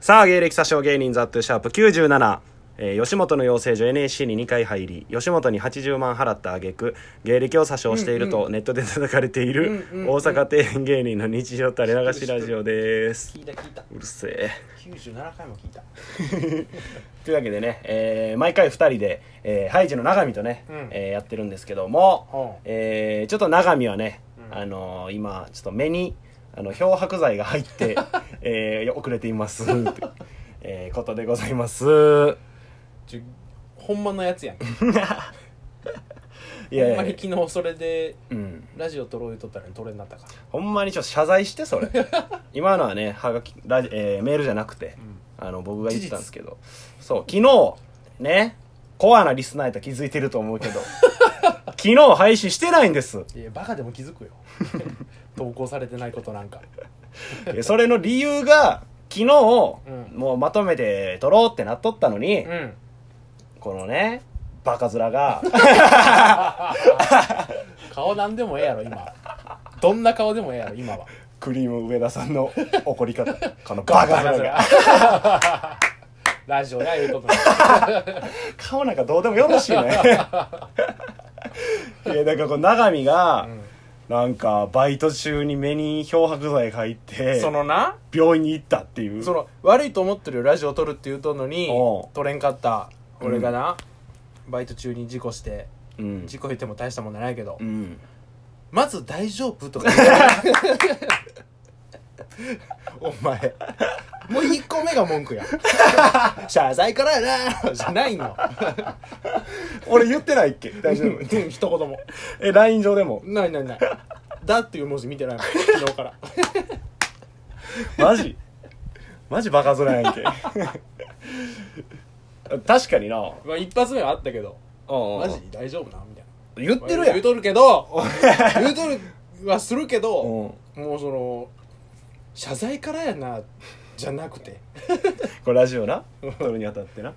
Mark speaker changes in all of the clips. Speaker 1: さあ、芸歴詐称芸人ザットゥシャープ97。えー吉本の養成所 NSC に2回入り吉本に80万払った挙句芸歴を詐称しているとネットで叩かれている
Speaker 2: うんうんうん
Speaker 1: 大阪底辺芸人の日常垂れ流しラジオです
Speaker 2: 聞いた聞いた
Speaker 1: うるせえ
Speaker 2: 97回も聞いた
Speaker 1: というわけでね、えー毎回2人で、えーハイジの永見とね、
Speaker 2: うん
Speaker 1: えーやってるんですけども、
Speaker 2: うん
Speaker 1: えーちょっと永見はね、
Speaker 2: うん
Speaker 1: あのー今ちょっと目にあの漂白剤が入 って、えー遅れていますって、えーことでございます
Speaker 2: ちょほんまのや つやん
Speaker 1: いやい
Speaker 2: ほん
Speaker 1: や
Speaker 2: まに昨日それで
Speaker 1: うん、
Speaker 2: ラジオ撮ろう言うとったら撮れになったから
Speaker 1: ほんまにちょっと謝罪して それ今のはねはがきラジ、えーメールじゃなくて、あの僕が言ってたんですけどそう昨日ねコアなリスナーやったら気づいてると思うけど 昨日配信してないんです
Speaker 2: いやバカでも気づくよ 投稿されてないことなんか
Speaker 1: えそれの理由が昨日、
Speaker 2: うん
Speaker 1: もうまとめて撮ろうってなっとったのに、
Speaker 2: ん
Speaker 1: このねバカ面 が
Speaker 2: 顔なんでもええやろ今どんな顔でもええやろ今は
Speaker 1: クリーム上田さんの怒り 方このバカ面が
Speaker 2: ラジオや言うことな
Speaker 1: 顔なんかどうでもよろしいねい やなんかこう永見が、なんかバイト中に目に漂白剤が入って
Speaker 2: そのな
Speaker 1: 病院に行ったっていう
Speaker 2: その悪いと思ってるよラジオ撮るって言うとんのに
Speaker 1: おう
Speaker 2: 撮れんかった俺がな、バイト中に事故して
Speaker 1: うん
Speaker 2: 事故言っても大したもんじゃないけど、
Speaker 1: うん
Speaker 2: まず大丈夫とか言う お前もう1個目が文句や 謝罪からやなじゃないの
Speaker 1: 俺言ってないっけ大丈夫
Speaker 2: 一言も
Speaker 1: え LINE 上でも
Speaker 2: ないないないだっていう文字見てないもん昨日から
Speaker 1: マジマジバカ面 やんけ確かにな
Speaker 2: まあ一発目はあったけどマ
Speaker 1: マ
Speaker 2: ジ大丈夫なみたいな
Speaker 1: 言ってるや
Speaker 2: 言うんとるけど 言うとるはするけど、
Speaker 1: うん
Speaker 2: もうその謝罪からやなじゃなくて
Speaker 1: これラジオな撮るにあたってな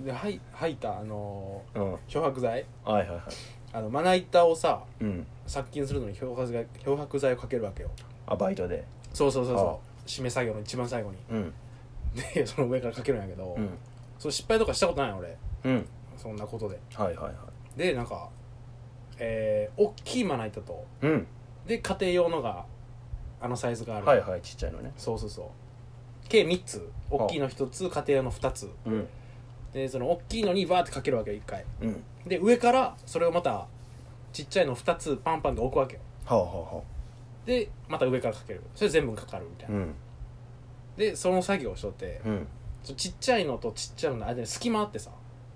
Speaker 2: ではい吐いたあの
Speaker 1: うんはい
Speaker 2: ー漂白剤
Speaker 1: はいはい
Speaker 2: あのまな板をさ
Speaker 1: うん
Speaker 2: 殺菌するのに漂白剤漂白剤をかけるわけよ
Speaker 1: あバイトで
Speaker 2: そうそうそう
Speaker 1: ああ
Speaker 2: そう締め作業の一番最後に
Speaker 1: うん
Speaker 2: でその上からかけるんやけど、
Speaker 1: うん
Speaker 2: そう失敗とかしたことないの俺
Speaker 1: うん
Speaker 2: そんなことで
Speaker 1: はいはいはい
Speaker 2: でなんかえー、大きいまな板と
Speaker 1: うん
Speaker 2: で家庭用のがあのサイズがある、
Speaker 1: はいはいちっちゃいのね
Speaker 2: そうそうそう計3つ大きいの1つ家庭用の2つ
Speaker 1: うん
Speaker 2: でその大きいのにバーってかけるわけよ1回
Speaker 1: うん
Speaker 2: で上からそれをまたちっちゃいの2つパンパンで置くわけよ
Speaker 1: はあはあは
Speaker 2: でまた上からかけるそれ全部かかるみたい
Speaker 1: あう
Speaker 2: な、
Speaker 1: ん
Speaker 2: でその作業をしとって
Speaker 1: うん
Speaker 2: そのちっちゃいのとちっちゃいのの間に隙間あってさ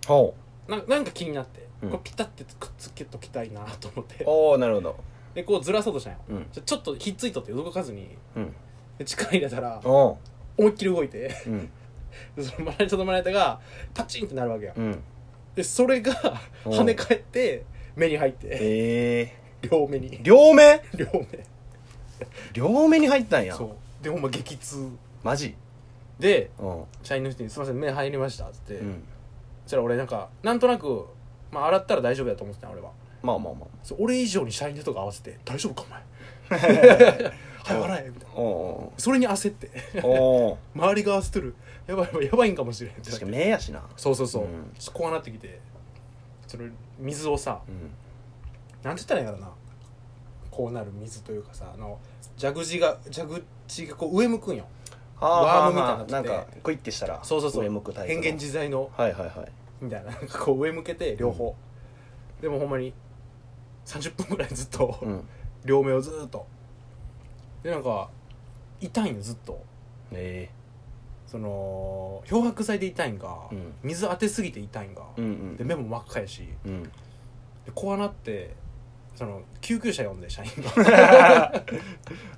Speaker 1: ほ
Speaker 2: なんなんか気になって、
Speaker 1: うん
Speaker 2: こうピタってくっつけときたいなと思って
Speaker 1: うおおなるほど
Speaker 2: でこうずらそうとしたんよ
Speaker 1: うん
Speaker 2: ちょちょっとひっついとって動かずに
Speaker 1: うん
Speaker 2: で力入れたら
Speaker 1: おう
Speaker 2: 思いっきり動いて
Speaker 1: うん
Speaker 2: でそのまな板とまな板がパチンってなるわけや
Speaker 1: うん
Speaker 2: でそれが
Speaker 1: お
Speaker 2: 跳ね返って目に入って
Speaker 1: ええ
Speaker 2: 両目に
Speaker 1: 両目
Speaker 2: 両
Speaker 1: 両目に入ったん
Speaker 2: 目
Speaker 1: や
Speaker 2: そうでほんま激痛
Speaker 1: マジ
Speaker 2: で
Speaker 1: うん
Speaker 2: 社員の人に「すいません目入りました」っつって、
Speaker 1: うん
Speaker 2: そしたら俺なんかなんとなく、まあ、洗ったら大丈夫だと思ってたの俺は
Speaker 1: まあまあまあ
Speaker 2: そう俺以上に社員の人が合わせて「大丈夫かお 前」「はい笑え」みたいな
Speaker 1: おお
Speaker 2: それに焦って
Speaker 1: おお
Speaker 2: 周りが合わせとるやばいやばいやばいんかもしれんって
Speaker 1: 確かに目やしな
Speaker 2: そうそうそう、
Speaker 1: うん
Speaker 2: ちょっとこうなってきてその水をさ
Speaker 1: うん
Speaker 2: なんて言ったらいいんやろなこうなる水というかさあの蛇口が蛇口がこう上向くんよ
Speaker 1: あ
Speaker 2: ワ
Speaker 1: ー
Speaker 2: ームみた
Speaker 1: ま
Speaker 2: いにな
Speaker 1: あ
Speaker 2: ってて
Speaker 1: なんかクイッてしたら
Speaker 2: そうそうそう
Speaker 1: 上向くタイプ
Speaker 2: 変
Speaker 1: の
Speaker 2: 幻自在の
Speaker 1: はいはいはい
Speaker 2: みたいななんかこう上向けて両方、でもほんまに30分ぐらいずっと、
Speaker 1: うん
Speaker 2: 両目をずーっとでなんか痛いんよずっと
Speaker 1: え
Speaker 2: その漂白剤で痛いんが、
Speaker 1: うん
Speaker 2: 水当てすぎて痛いんが、
Speaker 1: えうん
Speaker 2: で目も真っ赤やし
Speaker 1: うんうん
Speaker 2: でこうなってその救急車呼んで社員 が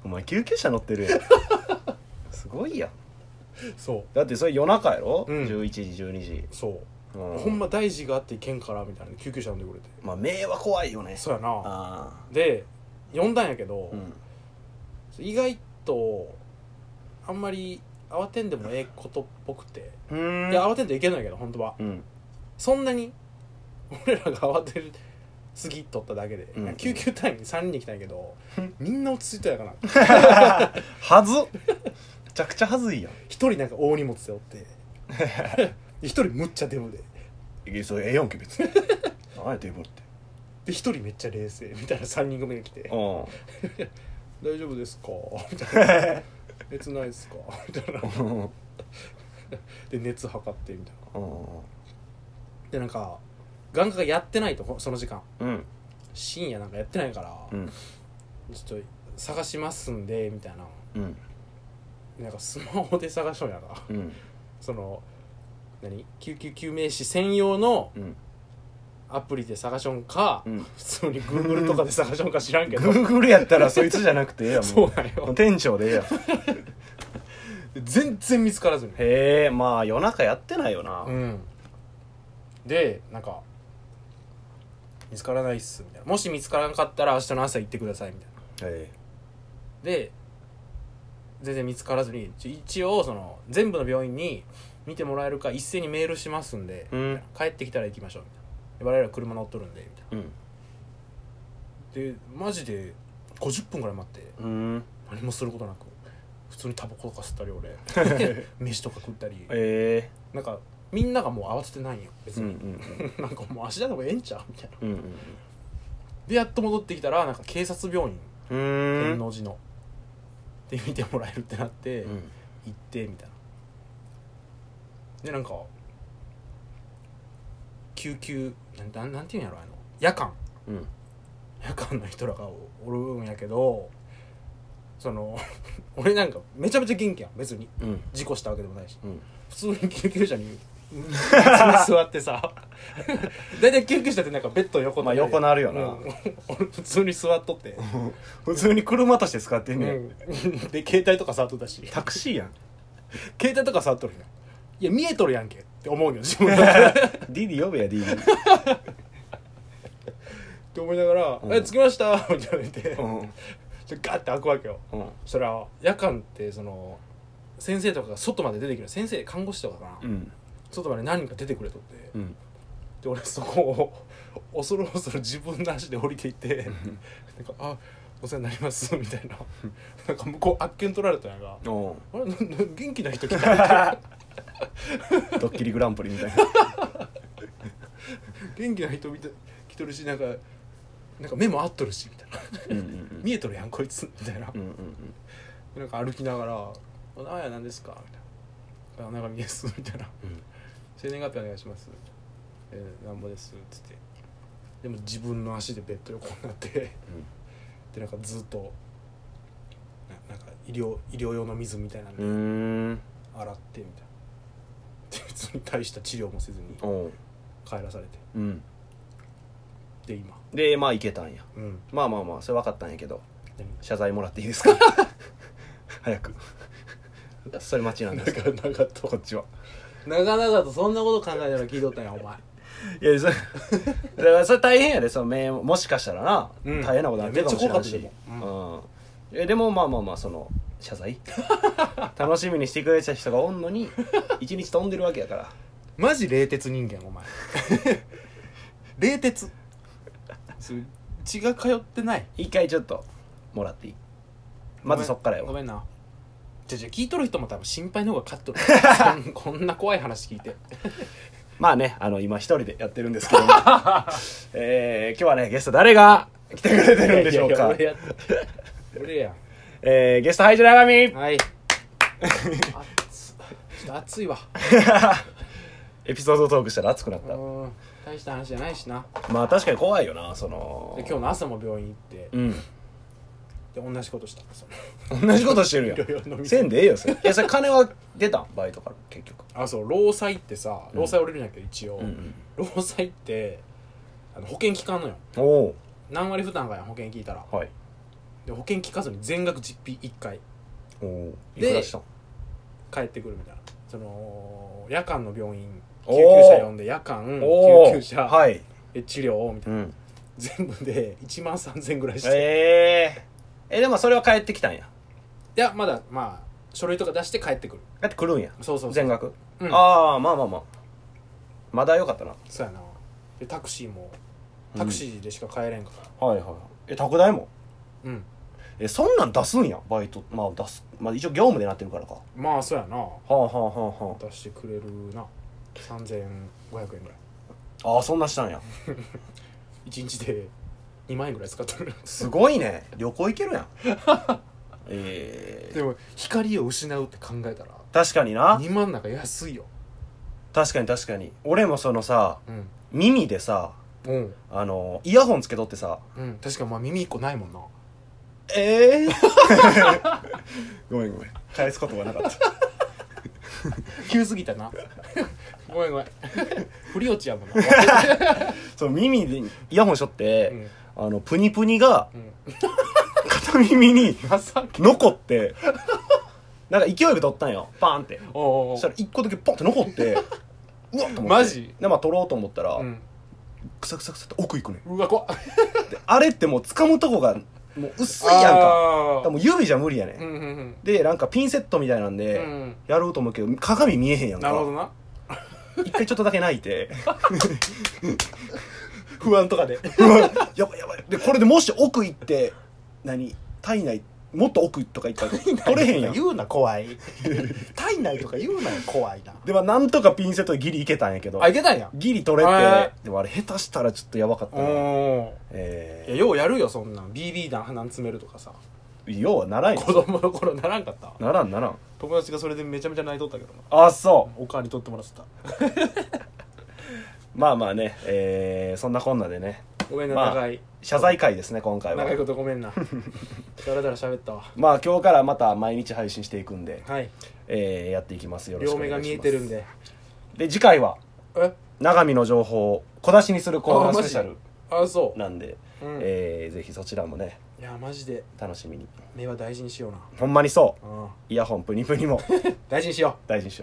Speaker 1: お前救急車乗ってる やんすごいやん
Speaker 2: そ
Speaker 1: だってそれ夜中やろ
Speaker 2: うん
Speaker 1: 11時12時
Speaker 2: うそう、
Speaker 1: う
Speaker 2: ほんま大事があっていけんからみたいな救急車呼んでくれて
Speaker 1: まあ目は怖いよね
Speaker 2: そうやな
Speaker 1: あ
Speaker 2: で呼んだんやけど
Speaker 1: あ、うん
Speaker 2: 意外とあんまり慌てんでもええことっぽくて、
Speaker 1: うーん
Speaker 2: で慌てんといけないけど本当は
Speaker 1: うん
Speaker 2: そんなに俺らが慌てる過ぎとっただけで、
Speaker 1: うん
Speaker 2: 救急隊員3人に来たんやけどみんな落ち着いたやから
Speaker 1: はずちゃくちゃはずいやん
Speaker 2: 一人なんか大荷物背負って 一人むっちゃデブで
Speaker 1: いやそれええやんけ別に 何やデブって
Speaker 2: で一人めっちゃ冷静みたいな3人組が来て
Speaker 1: うん
Speaker 2: 「大丈夫ですか?」み たいな「熱ないですか?」みたいな
Speaker 1: うんうん
Speaker 2: で熱測ってみたい
Speaker 1: う
Speaker 2: な
Speaker 1: ん
Speaker 2: でなんか眼科がやってないとほその時間
Speaker 1: うん
Speaker 2: 深夜なんかやってないから、
Speaker 1: うん
Speaker 2: ちょっと探しますんでみたいな
Speaker 1: うん
Speaker 2: なんかスマホで探しようやな
Speaker 1: うん
Speaker 2: その何救急救命士専用の
Speaker 1: うん
Speaker 2: アプリで探しょんか、
Speaker 1: うん
Speaker 2: 普通に Google とかで探しょんか知らんけど
Speaker 1: Google やったらそいつじゃなくてええやん
Speaker 2: そ
Speaker 1: も
Speaker 2: うなん
Speaker 1: うもう
Speaker 2: よ
Speaker 1: 店長でええやん
Speaker 2: 全然見つからずに
Speaker 1: へえまあ夜中やってないよな
Speaker 2: うんでなんか「見つからないっす」みたいな「もし見つからなかったら明日の朝行ってください」みたいな
Speaker 1: え
Speaker 2: で全然見つからずにちょ一応その全部の病院に見てもらえるか一斉にメールしますんで、
Speaker 1: うん
Speaker 2: みたいな帰ってきたら行きましょうみたいなで我々は車乗っとるんでみたいな
Speaker 1: えうん
Speaker 2: でマジで50分ぐらい待って
Speaker 1: うん
Speaker 2: 何もすることなく普通にタバコとか吸ったり俺 飯とか食ったり
Speaker 1: え
Speaker 2: なんかみんながもう慌ててないんよ
Speaker 1: えう
Speaker 2: 別
Speaker 1: んう
Speaker 2: に、
Speaker 1: ん
Speaker 2: なんかもう足だの方がええんちゃうみたいな
Speaker 1: うんうん
Speaker 2: でやっと戻ってきたらなんか警察病院
Speaker 1: う
Speaker 2: 天
Speaker 1: ん
Speaker 2: 王寺ので見てもらえるってなって、
Speaker 1: う
Speaker 2: 行
Speaker 1: ん
Speaker 2: ってみたいなでなんか救急なんなんなんていうんやろあの夜間
Speaker 1: うん
Speaker 2: 夜間の人らがおるんやけどその 俺なんかめちゃめちゃ元気やん別に
Speaker 1: うん
Speaker 2: 事故したわけでもないし
Speaker 1: うん
Speaker 2: 普通に救急車に座ってさ 大体救急車ってなんかベッド横とかで
Speaker 1: まあ横なるよな
Speaker 2: うん俺普通に座っとって、
Speaker 1: 普通に車として使ってんねん、
Speaker 2: うんで携帯とか触っとったし
Speaker 1: タクシ ーやん
Speaker 2: 携帯とか触っとるやんいや見えとるやんけって思うよ自分 で
Speaker 1: ディディ呼べやディデ
Speaker 2: って思いながら「
Speaker 1: うん
Speaker 2: え着きました」みたいな言って、
Speaker 1: ィ
Speaker 2: ちょガッて開くわけよ
Speaker 1: うんうん
Speaker 2: そりゃ夜間ってその先生とかが外まで出てくる先生看護師とかかな、
Speaker 1: うん
Speaker 2: 外まで何人か出てくれとって、
Speaker 1: うん
Speaker 2: で俺そこを恐る恐る自分の足で降りていってなんか「あお世話になります」みたいななんか向こうあっけん取られたんやが「
Speaker 1: おう
Speaker 2: あれなな元気な人 来た」
Speaker 1: ドッキリグランプリみたいな
Speaker 2: 元気な人見て来とるしなんかなんか目も合っとるし」みたいな
Speaker 1: うんうん
Speaker 2: 「見えとるやんこいつ」みたいな
Speaker 1: うんう、んうん
Speaker 2: なんか歩きながら「あやなんですか?」みたいな「あ長見です」みたいな
Speaker 1: うん
Speaker 2: 生年月日お願いします」えー「なんぼです」っつってでも自分の足でベッド横になって でなんかずっとななんか医療医療用の水みたいなん
Speaker 1: う
Speaker 2: で
Speaker 1: んうーん
Speaker 2: 洗ってみたいなで別に大した治療もせずに
Speaker 1: おう
Speaker 2: 帰らされて
Speaker 1: うん
Speaker 2: で今
Speaker 1: でまあ行けたんや
Speaker 2: うん
Speaker 1: まあまあまあそれ分かったんやけど
Speaker 2: 何
Speaker 1: 謝罪もらっていいですか 早 くそれ待ちなんですけど
Speaker 2: 長々と
Speaker 1: こっちは
Speaker 2: 長々とそんなこと考えながら聞いとったんやお前
Speaker 1: いやそれ だからそれ大変やでその名もしかしたらな、
Speaker 2: うん
Speaker 1: 大変なことになってるかもしれないし
Speaker 2: めっちゃ怖かったで
Speaker 1: うんえでもまあまあまあその謝罪 楽しみにしてくれてた人がおんの に一日飛んでるわけやから
Speaker 2: マジ冷徹人間お 前冷徹それ血が通ってない
Speaker 1: 一回ちょっともらっていいまずそっから
Speaker 2: ご
Speaker 1: よ
Speaker 2: めんなじゃじゃ聞いとる人も多分心配の方が勝っとるそ んこんな怖い話聞いて
Speaker 1: まあねあの今一人でやってるんですけども、 えー今日はねゲスト誰が来てくれてるんでしょうか
Speaker 2: いやいや俺や
Speaker 1: えーゲストハイジ長見
Speaker 2: 俺やはい熱っちょっと熱いわ
Speaker 1: エピソードトークしたら熱くなっ
Speaker 2: う
Speaker 1: た
Speaker 2: ん大した話じゃないしな
Speaker 1: まあ確かに怖いよなその
Speaker 2: で今日の朝も病院行って
Speaker 1: うん
Speaker 2: で同じことしたその
Speaker 1: 同じことしてるや
Speaker 2: いろいろ飲
Speaker 1: ん
Speaker 2: み
Speaker 1: せんでええよそれいやそれ金は出たんバイトから結局
Speaker 2: あそう労災ってさ労災折れるんやけど一応、
Speaker 1: うん
Speaker 2: 労災ってあの保険聞かんのよ
Speaker 1: おお
Speaker 2: 何割負担かやん保険聞いたら
Speaker 1: はい
Speaker 2: で保険聞かずに全額実費1回
Speaker 1: おおい
Speaker 2: で
Speaker 1: くらしたん
Speaker 2: 帰ってくるみたいなその夜間の病院
Speaker 1: お
Speaker 2: 救
Speaker 1: ー
Speaker 2: 急車呼んで夜間
Speaker 1: おー
Speaker 2: 救急車、
Speaker 1: はい
Speaker 2: で治療みた
Speaker 1: う
Speaker 2: いなん 全部で1万3000ぐらいして、
Speaker 1: えええでもそれは帰ってきたんや
Speaker 2: いやまだまあ書類とか出して帰ってくる
Speaker 1: だって来るんや
Speaker 2: そうそうそう
Speaker 1: 全額
Speaker 2: うん
Speaker 1: ああまあまあまあまだよかったな
Speaker 2: そうやなでタクシーもタクシーでしか帰れんから
Speaker 1: はいはいえ宅代も
Speaker 2: うん、
Speaker 1: えそんなん出すんやバイトまあ出すまあ一応業務でなってるからかは
Speaker 2: まあそうやな
Speaker 1: あはあはあは
Speaker 2: 出してくれるな3500円ぐらい
Speaker 1: ああーそんなんしたんや
Speaker 2: 1日で2万円ぐらい使ってる
Speaker 1: すごいね旅行行け るやんええ
Speaker 2: でも光を失うって考えたら
Speaker 1: 確かにな
Speaker 2: 2万なんか安いよ
Speaker 1: 確かに確かに俺もそのさ
Speaker 2: うん
Speaker 1: 耳でさ
Speaker 2: うん、
Speaker 1: あのイヤホンつけとってさ
Speaker 2: うん、確かまあ耳1個ないもんな
Speaker 1: ええごめんごめん返すことがなかった
Speaker 2: 急すぎたな ごめんごめ ん振り落ちや もんな、
Speaker 1: そう耳でイヤホンしょって、
Speaker 2: うん
Speaker 1: あのプニプニが
Speaker 2: うん、
Speaker 1: 片耳に
Speaker 2: ダサっ
Speaker 1: 残ってなんか勢いで取ったんよパーンって
Speaker 2: おうおう
Speaker 1: そ
Speaker 2: お
Speaker 1: うしたら一個だけポンって残ってうわっと思って
Speaker 2: マジ
Speaker 1: でまあ取ろうと思ったら、
Speaker 2: うん、
Speaker 1: クサクサクサって奥行くね
Speaker 2: うわ怖っ
Speaker 1: であれってもう掴むとこがもう薄いやんかだ
Speaker 2: あ
Speaker 1: から
Speaker 2: ー
Speaker 1: もう指じゃ無理やね、
Speaker 2: うんうんうん
Speaker 1: でなんかピンセットみたいなんで、
Speaker 2: うん
Speaker 1: やろうと思うけど鏡見えへんやん
Speaker 2: なるほど
Speaker 1: か
Speaker 2: な
Speaker 1: 一回ちょっとだけ泣い て
Speaker 2: 不安とかで
Speaker 1: うわやばいやばいでこれでもし奥行って何体内もっと奥とか行ったら取れへんやん
Speaker 2: 言うな怖い 体内とか言うなよ怖いな
Speaker 1: でまあなんとかピンセットでギリいけたんやけど
Speaker 2: あいけたんや
Speaker 1: ギリ取れて
Speaker 2: へ
Speaker 1: でもあれ下手したらちょっとやばかった
Speaker 2: お
Speaker 1: な
Speaker 2: おいや
Speaker 1: え
Speaker 2: ようやるよそんなん BB 弾鼻に詰めるとかさ
Speaker 1: ー、ようはならんよ
Speaker 2: 子供の頃ならんかった
Speaker 1: ならんならん
Speaker 2: 友達がそれでめちゃめちゃ泣いとったけどな
Speaker 1: あそ
Speaker 2: おかわり取ってもらってた
Speaker 1: うまあまあねえー、そんなこんなでね
Speaker 2: ごめんな、
Speaker 1: まあ
Speaker 2: 長い
Speaker 1: 謝罪会ですね今回は
Speaker 2: 長いことごめん なだらだら喋ったわ
Speaker 1: まあ今日からまた毎日配信していくんで、
Speaker 2: はい
Speaker 1: えー、やっていきますよろしく
Speaker 2: 両
Speaker 1: お願
Speaker 2: 目
Speaker 1: いし
Speaker 2: が
Speaker 1: ます
Speaker 2: 見えてるんで
Speaker 1: で次回は
Speaker 2: え
Speaker 1: 長見の情報を小出しにするコーナ
Speaker 2: あ
Speaker 1: ース
Speaker 2: マジ
Speaker 1: ペシャル
Speaker 2: あそ
Speaker 1: なんで、
Speaker 2: う、うん
Speaker 1: えー、ぜひそちらもね
Speaker 2: いやマジで
Speaker 1: 楽しみに
Speaker 2: 目は大事にしような
Speaker 1: ほんまにそう
Speaker 2: うん
Speaker 1: イヤホンプニプニも
Speaker 2: 大事にしよう
Speaker 1: 大事にしよう